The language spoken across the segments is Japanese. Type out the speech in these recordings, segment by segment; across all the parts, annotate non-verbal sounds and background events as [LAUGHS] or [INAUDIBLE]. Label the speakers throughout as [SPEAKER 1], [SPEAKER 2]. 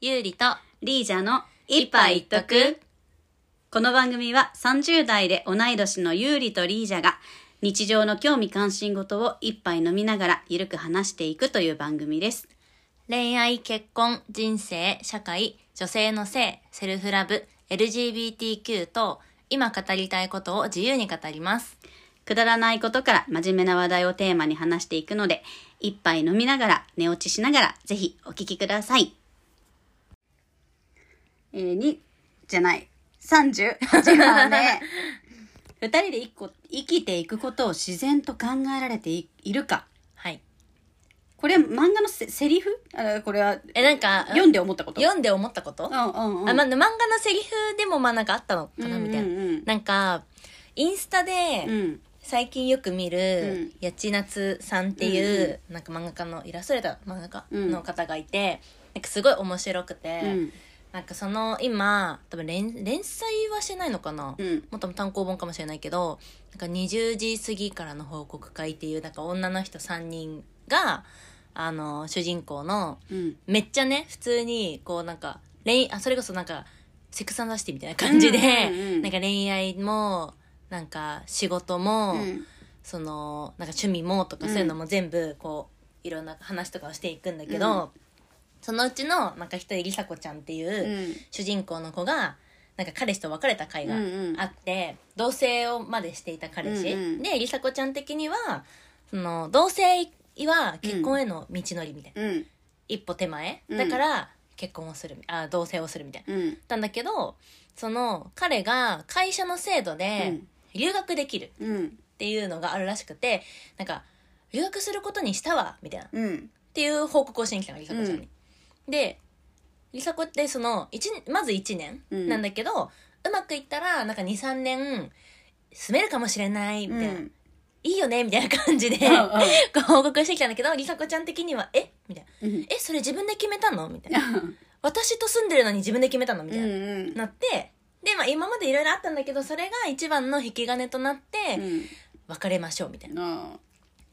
[SPEAKER 1] ゆうりと
[SPEAKER 2] リージャの一杯一徳。この番組は30代で同い年のユーリとリージャが日常の興味関心事を一杯飲みながらゆるく話していくという番組です。
[SPEAKER 1] 恋愛、結婚、人生、社会、女性の性、セルフラブ、LGBTQ と今語りたいことを自由に語ります。
[SPEAKER 2] くだらないことから真面目な話題をテーマに話していくので、一杯飲みながら寝落ちしながらぜひお聞きください。えー、に、じゃない。38話目。二人で一個生きていくことを自然と考えられていいるか。
[SPEAKER 1] はい。
[SPEAKER 2] これ漫画のせセリフあこれは
[SPEAKER 1] え、なんか、
[SPEAKER 2] 読んで思ったこと
[SPEAKER 1] 読んで思ったこと、
[SPEAKER 2] うんうんうん
[SPEAKER 1] あま、漫画のセリフでもまあなんかあったのかなみたいな。
[SPEAKER 2] うんうんうん
[SPEAKER 1] なんか、インスタで、
[SPEAKER 2] うん
[SPEAKER 1] 最近よく見る、
[SPEAKER 2] う
[SPEAKER 1] やちなつさんっていう、なんか漫画家のイラストレーター漫画家の方がいて、なんかすごい面白くて、
[SPEAKER 2] うん
[SPEAKER 1] なんかその今多分連連載はしてないのかな、
[SPEAKER 2] うん
[SPEAKER 1] もっとも単行本かもしれないけどなんか20時過ぎからの報告会っていうなんか女の人3人があの主人公の
[SPEAKER 2] うん
[SPEAKER 1] めっちゃね普通にこうなんか恋あそれこそなんかセクサンダシティみたいな感じで、
[SPEAKER 2] うんうんうん
[SPEAKER 1] なんか恋愛もなんか仕事も、
[SPEAKER 2] うん
[SPEAKER 1] そのなんか趣味もとかそういうのも全部こういろんな話とかをしていくんだけど、
[SPEAKER 2] う
[SPEAKER 1] そのうちのなんか一人りさこちゃんっていうう、
[SPEAKER 2] ん
[SPEAKER 1] 主人公の子がなんか彼氏と別れた回が
[SPEAKER 2] うんうん
[SPEAKER 1] あって、同棲をまでしていた彼氏、
[SPEAKER 2] うんうん
[SPEAKER 1] でりさこちゃん的にはその同棲は結婚への道のりみたいな。
[SPEAKER 2] うん
[SPEAKER 1] 一歩手前
[SPEAKER 2] うん
[SPEAKER 1] だから結婚をするあ同棲をするみたいな
[SPEAKER 2] うん
[SPEAKER 1] なんだけどその彼が会社の制度
[SPEAKER 2] う
[SPEAKER 1] で
[SPEAKER 2] ん
[SPEAKER 1] 留学できるっ
[SPEAKER 2] うん
[SPEAKER 1] ていうのがあるらしくてなんか留学することにしたわみたいなっ
[SPEAKER 2] うん
[SPEAKER 1] ていう報告をしに来たのりさこちゃんに。でりさこってその一年まず1年
[SPEAKER 2] うん
[SPEAKER 1] なんだけど、うまくいったらなんか23年住めるかもしれないみたいな、いいよねみたいな感じで、ご報告してきたんだけどりさこちゃん的には「えみたいな
[SPEAKER 2] うんうん
[SPEAKER 1] 「えそれ自分で決めたの?」みたいな私と住んでるのに自分で決めたのみたいな、
[SPEAKER 2] うん
[SPEAKER 1] なってで、まあ、今までいろいろあったんだけどそれが一番の引き金となって、
[SPEAKER 2] うん
[SPEAKER 1] 別れましょうみたいな
[SPEAKER 2] あ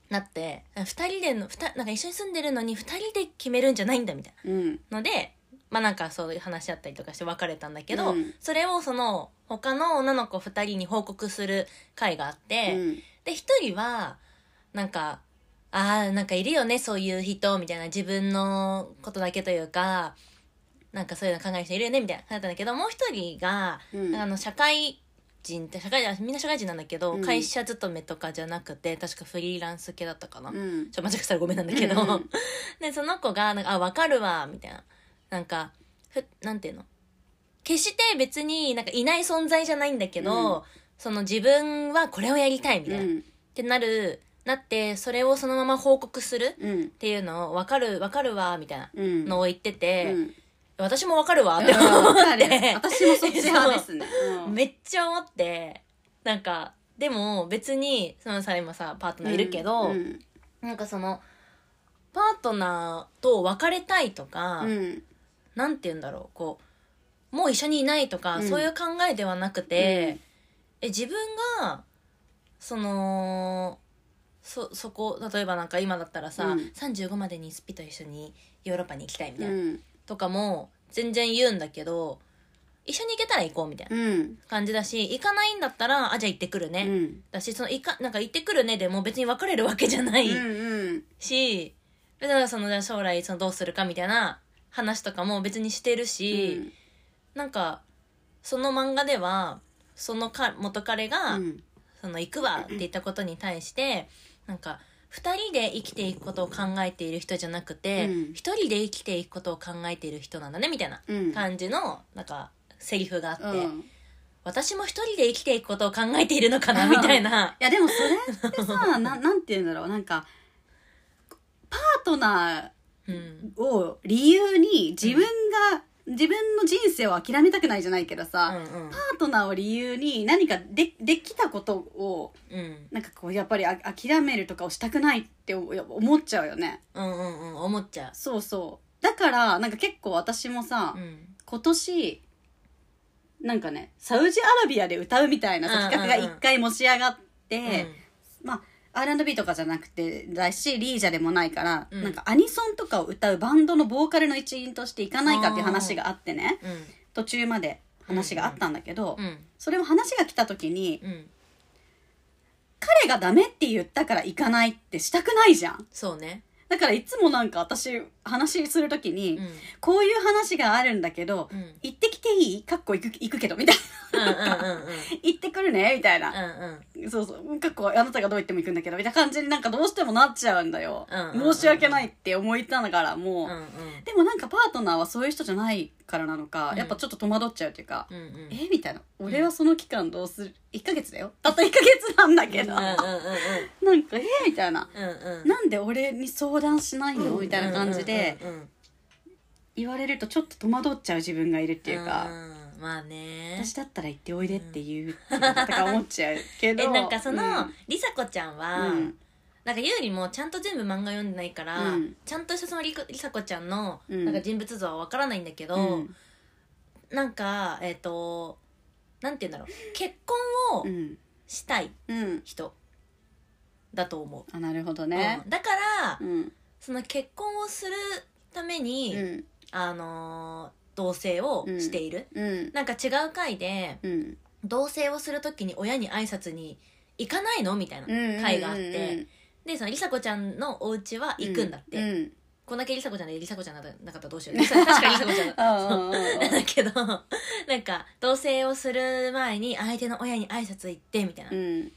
[SPEAKER 1] なって2人での二人なんか一緒に住んでるのに2人で決めるんじゃないんだみたい
[SPEAKER 2] ーうん
[SPEAKER 1] なのでまあなんかそういう話し合ったりとかして別れたんだけど、
[SPEAKER 2] うん
[SPEAKER 1] それをその他の女の子2人に報告する会があって、
[SPEAKER 2] うん
[SPEAKER 1] で一人はなんかああなんかいるよねそういう人みたいな自分のことだけというかなんかそういうの考える人いるよねみたいな話だったんだけどもう一人が、
[SPEAKER 2] うん
[SPEAKER 1] あの社会人って社会人みんな社会人なんだけど、
[SPEAKER 2] うん
[SPEAKER 1] 会社勤めとかじゃなくて確かフリーランス系だったかな、ちょ
[SPEAKER 2] うん
[SPEAKER 1] っと間違ってたらごめんなんだけど、
[SPEAKER 2] うんうん
[SPEAKER 1] でその子がなんか「あ分かるわ」みたいななんかふなんていうの決して別になんかいない存在じゃないんだけど、その自分はこれをやりたいみたいな、ってなるなってそれをそのまま報告する
[SPEAKER 2] うん
[SPEAKER 1] っていうのを分かる分かるわみたいな
[SPEAKER 2] うん
[SPEAKER 1] のを言ってて、
[SPEAKER 2] うん
[SPEAKER 1] 私も分かるわって思
[SPEAKER 2] わ
[SPEAKER 1] っ
[SPEAKER 2] かる
[SPEAKER 1] て
[SPEAKER 2] 私もそっち派ですね
[SPEAKER 1] そうめっちゃ思ってなんかでも別にそのさ今さパート
[SPEAKER 2] うん
[SPEAKER 1] ナーいるけど、
[SPEAKER 2] うん
[SPEAKER 1] なんかそのパートナーと別れたいとか、
[SPEAKER 2] うん
[SPEAKER 1] なんて言うんだろうこうもう一緒にいないとか、
[SPEAKER 2] うん
[SPEAKER 1] そういう考えではなくて、え自分がそのそそこ例えばなんか今だったらさ、
[SPEAKER 2] うん
[SPEAKER 1] 35までにスピと一緒にヨーロッパに行きたいみ
[SPEAKER 2] う
[SPEAKER 1] たいな、
[SPEAKER 2] ん
[SPEAKER 1] とかも全然言うんだけど一緒に行けたら行こうみたいな
[SPEAKER 2] うん
[SPEAKER 1] 感じだし行かないんだったらあじゃあ行ってくるね、
[SPEAKER 2] うん
[SPEAKER 1] だしその行かなんか行ってくるねでも別に別れるわけじゃない
[SPEAKER 2] うん
[SPEAKER 1] し、だからそのじゃあ将来そのどうするかみたいな話とかも別にしてるし、なんかその漫画ではそのか元彼が、
[SPEAKER 2] うん
[SPEAKER 1] その行くわって言ったことに対してなんか2人で生きていくことを考えている人じゃなくて、
[SPEAKER 2] うん
[SPEAKER 1] 一1人で生きていくことを考えている人なんだねみたいな
[SPEAKER 2] うん
[SPEAKER 1] 感じのなんかセリフがあって、
[SPEAKER 2] うん
[SPEAKER 1] 私も1人で生きていくことを考えているのか
[SPEAKER 2] [LAUGHS]
[SPEAKER 1] なみたいな。
[SPEAKER 2] いやでもそれっ
[SPEAKER 1] [LAUGHS]
[SPEAKER 2] てさななんて言うんだろうなんかパートナ
[SPEAKER 1] うん
[SPEAKER 2] ーを理由に自分が、自分の人生を諦めたくないじゃないけど
[SPEAKER 1] う
[SPEAKER 2] さ、
[SPEAKER 1] んうん
[SPEAKER 2] パートナーを理由に何かでできたことを
[SPEAKER 1] うん
[SPEAKER 2] なんかこうやっぱりあ諦めるとかをしたくないっておやっぱ思っちゃうよね
[SPEAKER 1] うんうんうん思っちゃ
[SPEAKER 2] そうそうだからなんか結構私もさ、
[SPEAKER 1] う。うん
[SPEAKER 2] 今年なんかねサウジアラビアで歌うみたいなさ企画が
[SPEAKER 1] うんうんうん
[SPEAKER 2] 一回持ち上がって、
[SPEAKER 1] うん
[SPEAKER 2] まあ R&B とかじゃなくてだしリージャでもないから、
[SPEAKER 1] うん
[SPEAKER 2] なんかアニソンとかを歌うバンドのボーカルの一員としていかないかっていう話があってね
[SPEAKER 1] う
[SPEAKER 2] 途中まで話があったんだけど、
[SPEAKER 1] んうん
[SPEAKER 2] それも話が来た時に
[SPEAKER 1] うん
[SPEAKER 2] 彼がダメって言ったから行かないってしたくないじゃん
[SPEAKER 1] そうね
[SPEAKER 2] だからいつもなんか私話する時に、
[SPEAKER 1] うんうん
[SPEAKER 2] こういう話があるんだけど、
[SPEAKER 1] うん
[SPEAKER 2] 行ってきていいかっこ行く行くけどみたい
[SPEAKER 1] うんうんうん
[SPEAKER 2] な [LAUGHS] 行ってくるねみたいな、
[SPEAKER 1] うんうん
[SPEAKER 2] そうそう。かっこあなたがどう言っても行くんだけど、みたいな感じになんかどうしてもなっちゃうんだよ。
[SPEAKER 1] うんうんうん
[SPEAKER 2] 申し訳ないって思いたから、もう。
[SPEAKER 1] うん
[SPEAKER 2] でもなんかパートナーはそういう人じゃないからなのか、
[SPEAKER 1] うん
[SPEAKER 2] やっぱちょっと戸惑っちゃうというか、
[SPEAKER 1] うんうんうん
[SPEAKER 2] えみたいな。俺はその期間どうする ?1 ヶ月だよ。たった1ヶ月なんだけど。
[SPEAKER 1] うんう
[SPEAKER 2] なんか、えみたいな。
[SPEAKER 1] んうんうんうん
[SPEAKER 2] なんで俺に相談しないのみたいな感じで
[SPEAKER 1] うんうんうんうんっ
[SPEAKER 2] 言われるとちょっと戸惑っちゃう自分がいるっていうか、
[SPEAKER 1] まあね
[SPEAKER 2] 私だったら行っておいでっていうとか思っちゃうけ
[SPEAKER 1] [LAUGHS]
[SPEAKER 2] ど
[SPEAKER 1] えなんかその
[SPEAKER 2] うん
[SPEAKER 1] りさこちゃんは
[SPEAKER 2] うん
[SPEAKER 1] なんかゆうりもちゃんと全部漫画読んでないから
[SPEAKER 2] うん
[SPEAKER 1] ちゃんとしたそのりこりさこちゃんの
[SPEAKER 2] うん
[SPEAKER 1] なんか人物像はわからないんだけ
[SPEAKER 2] う
[SPEAKER 1] ど
[SPEAKER 2] ん
[SPEAKER 1] なんかえっとなんて言うんだろう結婚を
[SPEAKER 2] うん
[SPEAKER 1] したい
[SPEAKER 2] うん
[SPEAKER 1] 人だと思
[SPEAKER 2] あなるほど
[SPEAKER 1] う、
[SPEAKER 2] ね
[SPEAKER 1] う。んだから
[SPEAKER 2] うん。
[SPEAKER 1] その結婚をするため
[SPEAKER 2] う
[SPEAKER 1] に、
[SPEAKER 2] ん。
[SPEAKER 1] あのー同棲をしている、
[SPEAKER 2] うん。
[SPEAKER 1] なんか違う回で
[SPEAKER 2] うん。
[SPEAKER 1] 同棲をする時に親に挨拶に行かないのみたいな回があって、でそのりさこちゃんのお家は行くんだって、
[SPEAKER 2] うん。
[SPEAKER 1] こんだけりさこちゃんでりさこちゃんなかったらどうしようりさ確かりさこちゃんだった
[SPEAKER 2] あ
[SPEAKER 1] だけ
[SPEAKER 2] [LAUGHS]
[SPEAKER 1] どなんか同棲をする前に相手の親に挨拶行ってみたいな、
[SPEAKER 2] うん。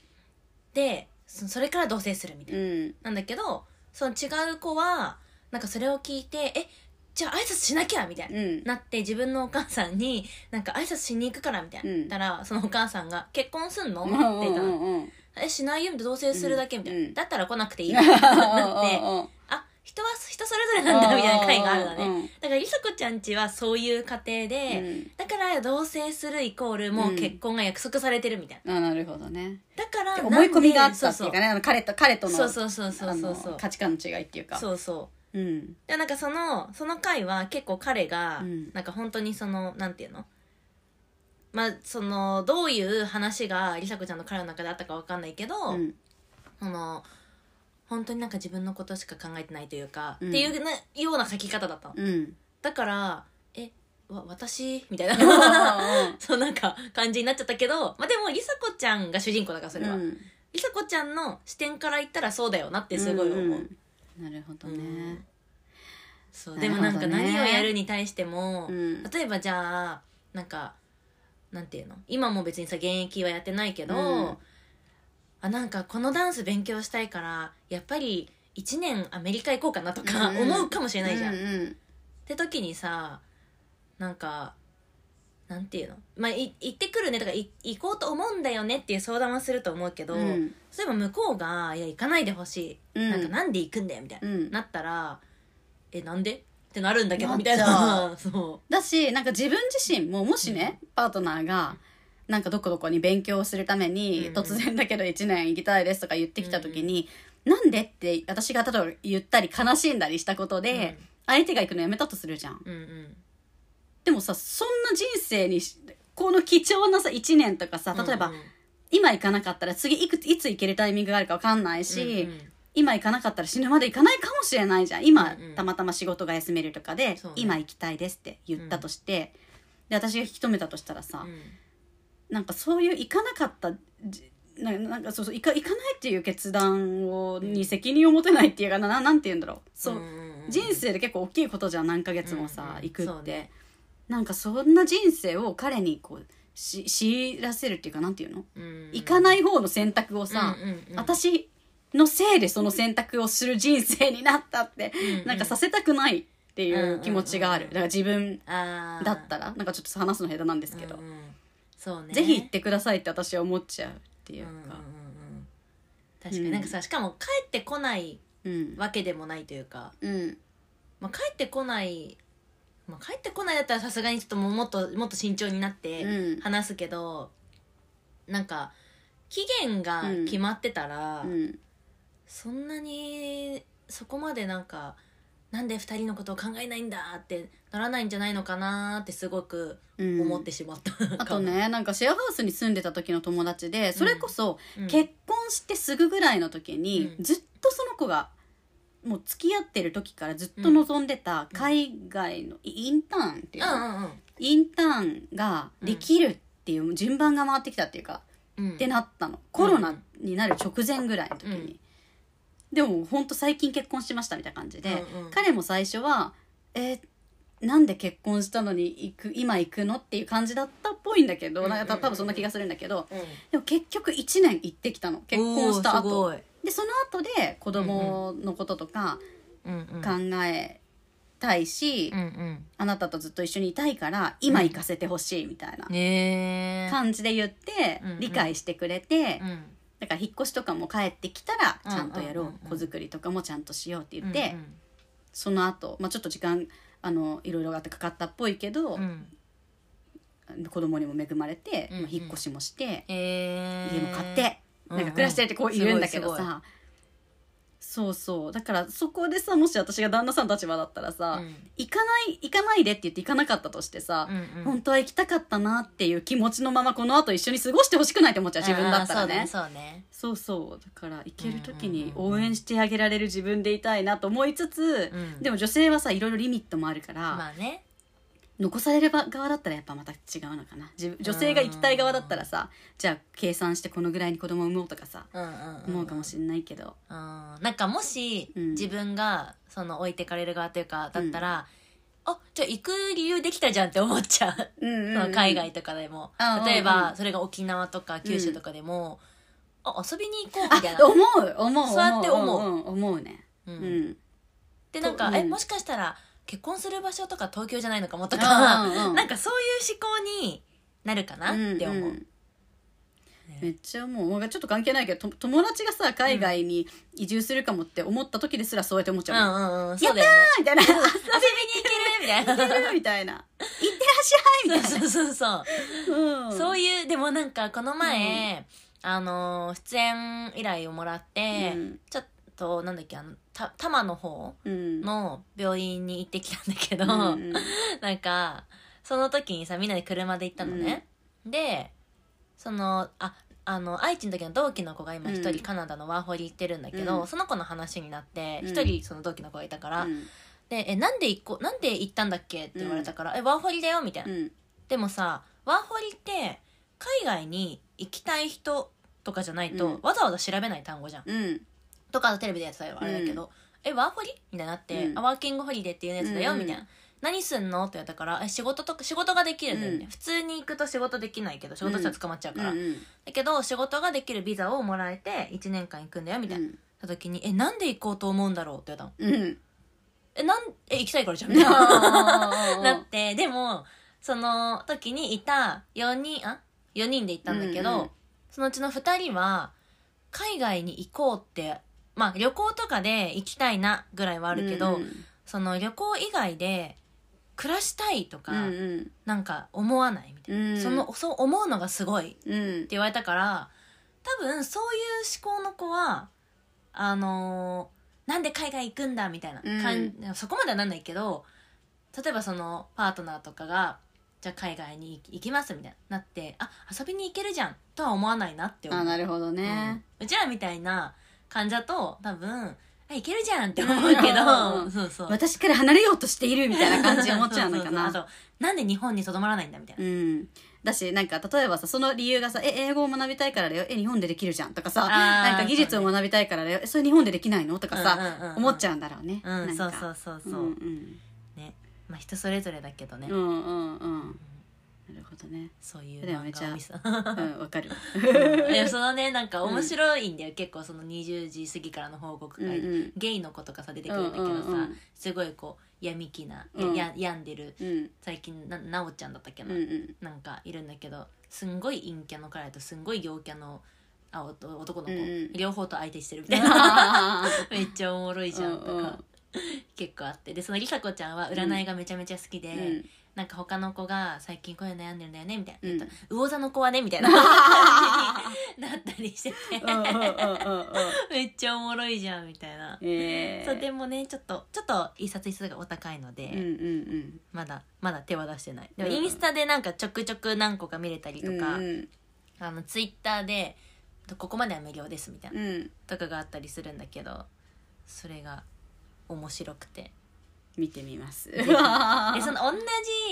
[SPEAKER 1] でそそれから同棲するみたいな
[SPEAKER 2] うん。
[SPEAKER 1] なんだけどその違う子はなんかそれを聞いて「えじゃあ挨拶しなきゃ」みたいな。
[SPEAKER 2] うん。
[SPEAKER 1] なって自分のお母さんになんか挨拶しに行くからみたいな、
[SPEAKER 2] うん
[SPEAKER 1] たらそのお母さんが「結婚すんの?」っ
[SPEAKER 2] う
[SPEAKER 1] て
[SPEAKER 2] ん。
[SPEAKER 1] 言ったら「
[SPEAKER 2] うん。
[SPEAKER 1] えしないよ」みたいな同棲するだけみたいな、
[SPEAKER 2] うん
[SPEAKER 1] だったら来なくていいみたいななってあ人は人それぞれなんだみたいな回があるのね、
[SPEAKER 2] ね。
[SPEAKER 1] だからりさこちゃんちはそういう家庭で、だから同棲するイコールもう結婚が約束されてるみたいな
[SPEAKER 2] あなるほどね。
[SPEAKER 1] だからなんで
[SPEAKER 2] 思い込みがあったって
[SPEAKER 1] そ
[SPEAKER 2] いううかね、彼と彼との
[SPEAKER 1] そうそうそうそうそうそう
[SPEAKER 2] 価値観の違いっていうか。
[SPEAKER 1] そうそう
[SPEAKER 2] うん。
[SPEAKER 1] でなんかそのその回は結構彼が、
[SPEAKER 2] うん
[SPEAKER 1] なんか本当にそのなんていうのまあそのどういう話がりさこちゃんの彼の中であったかわかんないけど、
[SPEAKER 2] うん。
[SPEAKER 1] その本当になんか自分のことしか考えてないというか、
[SPEAKER 2] うん
[SPEAKER 1] っていうなような書き方だったの、
[SPEAKER 2] うん。
[SPEAKER 1] だからえわ私みたい
[SPEAKER 2] [LAUGHS]
[SPEAKER 1] なそうなんか感じになっちゃったけど、まあ、でもりさこちゃんが主人公だからそれは、りさこちゃんの視点から言ったらそうだよなってすごい思う、
[SPEAKER 2] なるほど
[SPEAKER 1] う
[SPEAKER 2] ね
[SPEAKER 1] ん。そう
[SPEAKER 2] な
[SPEAKER 1] で
[SPEAKER 2] る
[SPEAKER 1] もな
[SPEAKER 2] ほどね
[SPEAKER 1] んか何をやるに対しても、
[SPEAKER 2] うん
[SPEAKER 1] 例えばじゃあなんかなんていうの今も別にさ現役はやってないけど、
[SPEAKER 2] うん
[SPEAKER 1] あなんかこのダンス勉強したいからやっぱり1年アメリカ行こうかなとか
[SPEAKER 2] うん
[SPEAKER 1] 思うかもしれないじゃん。
[SPEAKER 2] う
[SPEAKER 1] っ
[SPEAKER 2] ん。
[SPEAKER 1] て時にさなんかなんていうのまあい行ってくるねとかい行こうと思うんだよねっていう相談はすると思うけど、
[SPEAKER 2] うん
[SPEAKER 1] そういえば向こうが「いや行かないでほしい」
[SPEAKER 2] うん
[SPEAKER 1] なんかなんで行くんだよ」みたいな。
[SPEAKER 2] うん。
[SPEAKER 1] なったら「えなんで?」ってなるんだけど
[SPEAKER 2] なっ
[SPEAKER 1] みたい
[SPEAKER 2] ちゃ
[SPEAKER 1] な [LAUGHS] そ
[SPEAKER 2] だしなんか自分自身ももしね、パートナーがなんかどこどこに勉強をするために、
[SPEAKER 1] うん
[SPEAKER 2] 突然だけど1年行きたいですとか言ってきた時に、なんでって私が例えば言ったり悲しんだりしたことで、相手が行くのやめたとするじゃん。
[SPEAKER 1] ううんうん
[SPEAKER 2] でもさそんな人生にしこの貴重なさ1年とかさ例えば、
[SPEAKER 1] うんうん
[SPEAKER 2] 今行かなかったら次いくいつ行けるタイミングがあるか分かんない
[SPEAKER 1] う
[SPEAKER 2] し、
[SPEAKER 1] ん
[SPEAKER 2] 今行かなかったら死ぬまで行かないかもしれないじゃん今、
[SPEAKER 1] うんうん
[SPEAKER 2] たまたま仕事が休めるとかで、
[SPEAKER 1] そうね
[SPEAKER 2] 今行きたいですって言ったとして、で私が引き止めたとしたらさ、
[SPEAKER 1] うん
[SPEAKER 2] なんかそういう行かなかったじななんかそうそう行か行かないっていう決断をに責任を持てないっていうかなななんて言うんだろうそう、
[SPEAKER 1] んんん
[SPEAKER 2] 人生で結構大きいことじゃん何ヶ月もさ、
[SPEAKER 1] うんうん
[SPEAKER 2] 行く
[SPEAKER 1] そ
[SPEAKER 2] っ
[SPEAKER 1] う
[SPEAKER 2] て、
[SPEAKER 1] ね
[SPEAKER 2] なんかそんな人生を彼にこうし知らせるっていうかなんて言うの、
[SPEAKER 1] うん
[SPEAKER 2] 行かない方の選択をさ、
[SPEAKER 1] うんうんうん
[SPEAKER 2] 私のせいでその選択をする人生になったって、
[SPEAKER 1] うんうん
[SPEAKER 2] なんかさせたくないっていう気持ちがある、
[SPEAKER 1] うん
[SPEAKER 2] だから自分
[SPEAKER 1] あー
[SPEAKER 2] だったらなんかちょっと話すの下手なんですけど、
[SPEAKER 1] うんうんそうね
[SPEAKER 2] ぜひ行ってくださいって私は思っちゃうってい
[SPEAKER 1] う
[SPEAKER 2] う
[SPEAKER 1] んう
[SPEAKER 2] か
[SPEAKER 1] んうんうん確かになんかさしかも帰ってこない
[SPEAKER 2] うん
[SPEAKER 1] わけでもないというか
[SPEAKER 2] うん
[SPEAKER 1] まあ帰ってこないまあ帰ってこないだったらさすがにちょっともうもっともっと慎重になって
[SPEAKER 2] うん
[SPEAKER 1] 話すけどなんか期限が決まってたら、
[SPEAKER 2] うん
[SPEAKER 1] そんなにそこまでなんかなんで二人のことを考えないんだってならないんじゃないのかなってすごく
[SPEAKER 2] うん
[SPEAKER 1] 思ってしまった、
[SPEAKER 2] あとねなんかシェアハウスに住んでた時の友達でそれこそ
[SPEAKER 1] うん
[SPEAKER 2] 結婚してすぐぐらいの時に、
[SPEAKER 1] うん
[SPEAKER 2] ずっとその子がもう付き合ってる時からずっと望んでた海外のインターンっていう
[SPEAKER 1] う
[SPEAKER 2] の、
[SPEAKER 1] んうん
[SPEAKER 2] インターンができるっていう順番が回ってきたっていうか、
[SPEAKER 1] うん
[SPEAKER 2] ってなったのコロナになる直前ぐらいの時に、でもほんと最近結婚しましたみたいな感じで、
[SPEAKER 1] うんうん
[SPEAKER 2] 彼も最初は「えーなんで結婚したのに行く今行くの?」っていう感じだったっぽいんだけど、
[SPEAKER 1] うんうんうん
[SPEAKER 2] なんか多分そんな気がするんだけど
[SPEAKER 1] うん
[SPEAKER 2] でも結局1年行ってきたの結婚した
[SPEAKER 1] お
[SPEAKER 2] 後
[SPEAKER 1] ーす
[SPEAKER 2] でその後で子供のこととか
[SPEAKER 1] ごいうんうん
[SPEAKER 2] 考えたいし、
[SPEAKER 1] うんうん
[SPEAKER 2] あなたとずっと一緒にいたいから今行かせてほしいみたいな
[SPEAKER 1] ねえ
[SPEAKER 2] 感じで言って
[SPEAKER 1] うんうん
[SPEAKER 2] 理解してくれて、
[SPEAKER 1] うん
[SPEAKER 2] だから引っ越しとかも帰ってきたらちゃんとやろう,、
[SPEAKER 1] うんうんうんうん
[SPEAKER 2] 子作りとかもちゃんとしようって言って、
[SPEAKER 1] うんうん
[SPEAKER 2] その後、まあちょっと時間あのいろいろあってかかったっぽいけど、
[SPEAKER 1] うん
[SPEAKER 2] 子供にも恵まれて、
[SPEAKER 1] うんうん
[SPEAKER 2] まあ引っ越しもして、
[SPEAKER 1] えー
[SPEAKER 2] 家も買って、
[SPEAKER 1] うん
[SPEAKER 2] なんか暮らしてるってこういるんだけどさ、
[SPEAKER 1] うん
[SPEAKER 2] そうそうだからそこでさもし私が旦那さんの立場だったらさ、
[SPEAKER 1] うん
[SPEAKER 2] 行かない行かないでって言って行かなかったとしてさ、
[SPEAKER 1] うんうん
[SPEAKER 2] 本当は行きたかったなっていう気持ちのままこの後一緒に過ごしてほしくないって思っちゃう自分だったらね
[SPEAKER 1] あーそうねそうね
[SPEAKER 2] そうそうだから行ける時
[SPEAKER 1] うんう
[SPEAKER 2] に
[SPEAKER 1] んうんうん
[SPEAKER 2] 応援してあげられる自分でいたいなと思いつつ、
[SPEAKER 1] うん
[SPEAKER 2] でも女性はさいろいろリミットもあるから、
[SPEAKER 1] まあね
[SPEAKER 2] 残される側だったらやっぱまた違うのかな自女性が行きたい側だったらさじゃあ計算してこのぐらいに子供を産もうとかさ
[SPEAKER 1] うんうんん
[SPEAKER 2] 思うかもしれないけど
[SPEAKER 1] うんなんかもし、
[SPEAKER 2] うん
[SPEAKER 1] 自分がその置いてかれる側というかだったら、あじゃあ行く理由できたじゃんって思っちゃう、
[SPEAKER 2] うん
[SPEAKER 1] [LAUGHS] その海外とかでも
[SPEAKER 2] あうん
[SPEAKER 1] 例え
[SPEAKER 2] うんう
[SPEAKER 1] ば
[SPEAKER 2] ん
[SPEAKER 1] それが沖縄とか九州とかでも、あ遊びに行こうみたい
[SPEAKER 2] あ
[SPEAKER 1] な
[SPEAKER 2] 思う思う
[SPEAKER 1] そうやって思うん
[SPEAKER 2] 思うね
[SPEAKER 1] う
[SPEAKER 2] うんん
[SPEAKER 1] でなんか、
[SPEAKER 2] うん
[SPEAKER 1] えもしかしたら結婚する場所とか東京じゃないのかもと
[SPEAKER 2] う
[SPEAKER 1] か、
[SPEAKER 2] んうんう
[SPEAKER 1] [LAUGHS]
[SPEAKER 2] ん
[SPEAKER 1] なんかそういう思考になるかなって思う、
[SPEAKER 2] んんめっちゃもうなんかちょっと関係ないけどと友達がさ海外に移住するかもって思った時ですらそうやって思っち
[SPEAKER 1] う
[SPEAKER 2] ゃうもん、
[SPEAKER 1] んうんうんそうだよね
[SPEAKER 2] みたいな「 [LAUGHS] 遊
[SPEAKER 1] 遊びに行けるみたい
[SPEAKER 2] べ
[SPEAKER 1] な
[SPEAKER 2] る」みたいな「行ってらっしゃい」みたい
[SPEAKER 1] [LAUGHS]
[SPEAKER 2] な
[SPEAKER 1] そうそうそう
[SPEAKER 2] うん
[SPEAKER 1] そういうでもなんかこの前、あの出演依頼をもらって、
[SPEAKER 2] うん
[SPEAKER 1] ちょっとなんだっけあのた多摩の方
[SPEAKER 2] うん
[SPEAKER 1] の病院に行ってきたんだけど、
[SPEAKER 2] うん
[SPEAKER 1] [LAUGHS] なんかその時にさみんなで車で行ったのね、でそのああの愛知の時の同期の子が今一
[SPEAKER 2] うん
[SPEAKER 1] 人カナダのワーホリ行ってるんだけど、
[SPEAKER 2] うん
[SPEAKER 1] その子の話になって
[SPEAKER 2] うん
[SPEAKER 1] 一人その同期の子がいたから「
[SPEAKER 2] うん
[SPEAKER 1] でえなんで行こうなんで行ったんだっけ?」って言われたから「えワーホリだよ」みたいな
[SPEAKER 2] う。ん
[SPEAKER 1] でもさワーホリって海外に行きたい人とかじゃないと、
[SPEAKER 2] うん
[SPEAKER 1] わざわざ調べない単語じゃん。
[SPEAKER 2] うん
[SPEAKER 1] とかテレビでやってたよあれだけど「えワーホリ?」みたいになって、
[SPEAKER 2] うん
[SPEAKER 1] あワーキングホリデーっていうやつだよ」
[SPEAKER 2] うん
[SPEAKER 1] みたいな。何すんのって言われたからえ仕事とか仕事ができるんだよね、
[SPEAKER 2] うん
[SPEAKER 1] 普通に行くと仕事できないけど仕事したら捕まっちゃうから、
[SPEAKER 2] うん
[SPEAKER 1] だけど仕事ができるビザをもらえて1年間行くんだよみたいな、
[SPEAKER 2] うん
[SPEAKER 1] た時に「えなんで行こうと思うんだろう?」って言われたの
[SPEAKER 2] うん
[SPEAKER 1] 「えなんえ行きたいから
[SPEAKER 2] [LAUGHS]
[SPEAKER 1] じゃん」みたいななっ
[SPEAKER 2] な
[SPEAKER 1] てでもその時にいた4人あ4人で行ったんだけど、
[SPEAKER 2] うんうん
[SPEAKER 1] そのうちの2人は海外に行こうってまあ旅行とかで行きたいなぐらいはあるけど、その旅行以外で暮らしたいとか、なんか思わないみたいな、そのそう思うのがすごいって
[SPEAKER 2] うん
[SPEAKER 1] 言われたから多分そういう思考の子はあのーなんで海外行くんだみたいな、感そこまではなんないけど例えばそのパートナーとかがじゃあ海外に行きますみたいななってあ遊びに行けるじゃんとは思わないなって思う
[SPEAKER 2] あなるほど
[SPEAKER 1] う
[SPEAKER 2] ね
[SPEAKER 1] んうちらみたいな患者と多分あ行けるじゃんって思うけ
[SPEAKER 2] う
[SPEAKER 1] ど
[SPEAKER 2] ん
[SPEAKER 1] そうそう
[SPEAKER 2] 私から離れようとしているみたいな感じに思っちゃうのか
[SPEAKER 1] そそ
[SPEAKER 2] な
[SPEAKER 1] そうあとなんで日本にとどまらないんだみたいな
[SPEAKER 2] うんだしなんか例えばさその理由がさ「え英語を学びたいからだよえ日本でできるじゃん」とかさ
[SPEAKER 1] あー
[SPEAKER 2] なんか技術を学びたいからだよえそれ日本でできないのとか
[SPEAKER 1] うんうんうん
[SPEAKER 2] さ
[SPEAKER 1] うん
[SPEAKER 2] 思っちゃうんだろうね
[SPEAKER 1] うん
[SPEAKER 2] なん
[SPEAKER 1] そ
[SPEAKER 2] か
[SPEAKER 1] うそうそうそう、
[SPEAKER 2] うんうん
[SPEAKER 1] ねまあ人それぞれだけどね、
[SPEAKER 2] うんうんうんなるほどね
[SPEAKER 1] そういう
[SPEAKER 2] でもめ
[SPEAKER 1] 漫
[SPEAKER 2] ちゃ
[SPEAKER 1] 画を見 [LAUGHS] せた
[SPEAKER 2] うんわかるわ
[SPEAKER 1] いやそのねなんか面白いんだよ、結構その20時過ぎからの報告会、
[SPEAKER 2] うんうん
[SPEAKER 1] ゲイの子とかさ出てくるんだけどさ、
[SPEAKER 2] うんうんうん
[SPEAKER 1] すごいこう闇気な、
[SPEAKER 2] うん
[SPEAKER 1] や病んでる
[SPEAKER 2] うん
[SPEAKER 1] 最近ななおちゃんだったっけ
[SPEAKER 2] うん
[SPEAKER 1] な、
[SPEAKER 2] うん
[SPEAKER 1] なんかいるんだけどすんごい陰キャの彼とすんごい陽キャのあおと男の子、
[SPEAKER 2] うんうん
[SPEAKER 1] 両方と相手してるみたいな
[SPEAKER 2] あ
[SPEAKER 1] [LAUGHS] めっちゃおもろいじゃんとか、
[SPEAKER 2] うんうん
[SPEAKER 1] 結構あってでそのりさこちゃんは占いがめちゃめちゃ好きで、
[SPEAKER 2] ーうん
[SPEAKER 1] なんか他の子が最近こういうの悩んでるんだよねみたいな、
[SPEAKER 2] うん
[SPEAKER 1] 言うと魚座の子はねみ
[SPEAKER 2] [LAUGHS]
[SPEAKER 1] たいな感じになったりしてて
[SPEAKER 2] うんうんうんうんうん
[SPEAKER 1] めっちゃおもろいじゃんみたいな、
[SPEAKER 2] えー
[SPEAKER 1] そうでもねちょっとちょっと一冊一冊がお高いので、
[SPEAKER 2] うんうん
[SPEAKER 1] まだまだ手は出してないでも
[SPEAKER 2] うん
[SPEAKER 1] インスタでなんかちょくちょく何個か見れたり
[SPEAKER 2] う
[SPEAKER 1] と
[SPEAKER 2] ん
[SPEAKER 1] か、
[SPEAKER 2] うん
[SPEAKER 1] あのツイッターで「ここまでは無料です」みたいな、
[SPEAKER 2] うん
[SPEAKER 1] とかがあったりするんだけどそれが面白くて
[SPEAKER 2] 見てみます
[SPEAKER 1] でその同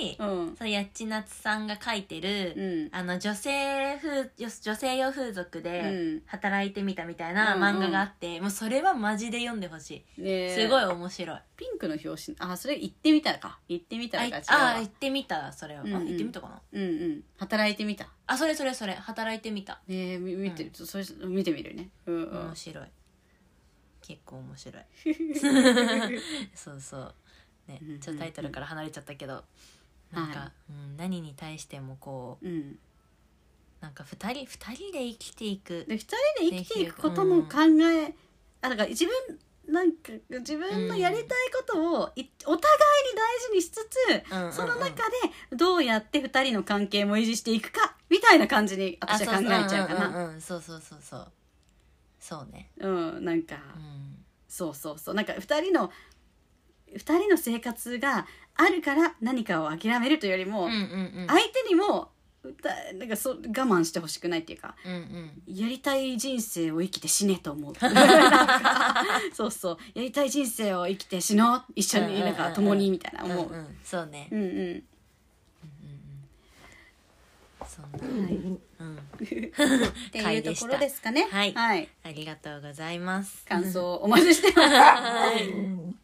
[SPEAKER 1] じ
[SPEAKER 2] うん
[SPEAKER 1] そのやっちなつさんが書いてる、
[SPEAKER 2] うん
[SPEAKER 1] あの女性風女女性用風俗で
[SPEAKER 2] うん
[SPEAKER 1] 働いてみたみたいな
[SPEAKER 2] うんうん
[SPEAKER 1] 漫画があって、もうそれはマジで読んでほしい、
[SPEAKER 2] ね
[SPEAKER 1] すごい面白い
[SPEAKER 2] ピンクの表紙あそれ行ってみたか行ってみた
[SPEAKER 1] あ
[SPEAKER 2] ら
[SPEAKER 1] い
[SPEAKER 2] が違う
[SPEAKER 1] あ
[SPEAKER 2] わ
[SPEAKER 1] 行ってみたそれは、
[SPEAKER 2] うんうん
[SPEAKER 1] あ行ってみたかな
[SPEAKER 2] うんうん働いてみた
[SPEAKER 1] あそれそれそれ働いてみた
[SPEAKER 2] ねえみ見てる、それ見てみるねうんうん
[SPEAKER 1] 面白い結構面
[SPEAKER 2] [LAUGHS]
[SPEAKER 1] 白いそうそうね
[SPEAKER 2] うんうんうん
[SPEAKER 1] ちょっとタイトルから離れちゃったけどなんか、
[SPEAKER 2] は
[SPEAKER 1] うん、何に対してもこう
[SPEAKER 2] [LAUGHS] うん、
[SPEAKER 1] なんか二人二人で生きていく
[SPEAKER 2] で二人で生きていくことの考え、あだから自分なんか自分のやりたいことをいお互いに大事にしつつ、
[SPEAKER 1] うんうんうん
[SPEAKER 2] その中でどうやって二人の関係も維持していくかみたいな感じに私は考えちゃうか
[SPEAKER 1] あ
[SPEAKER 2] な
[SPEAKER 1] そうそううんうんうんうんそうそうそうそうそうね
[SPEAKER 2] うんなんか、
[SPEAKER 1] うん
[SPEAKER 2] そうそうそうなんか二人の二人の生活があるから何かを諦めるというよりも、
[SPEAKER 1] うんうんうん
[SPEAKER 2] 相手にもだなんかそう我慢してほしくないっていうか
[SPEAKER 1] うんうん
[SPEAKER 2] やりたい人生を生きて死ね
[SPEAKER 1] [LAUGHS]
[SPEAKER 2] と思うなんかそうそうやりたい人生を生きて死のう一緒
[SPEAKER 1] うんうん
[SPEAKER 2] に
[SPEAKER 1] うんう
[SPEAKER 2] な
[SPEAKER 1] ん
[SPEAKER 2] んか共にみたいな思う、
[SPEAKER 1] んんそうね
[SPEAKER 2] うんうん
[SPEAKER 1] そんな
[SPEAKER 2] はい、 [LAUGHS] っ
[SPEAKER 1] うん
[SPEAKER 2] ていうところですかね
[SPEAKER 1] はい
[SPEAKER 2] はい、
[SPEAKER 1] ありがとうございます
[SPEAKER 2] 感想をお待ちしてます
[SPEAKER 1] はい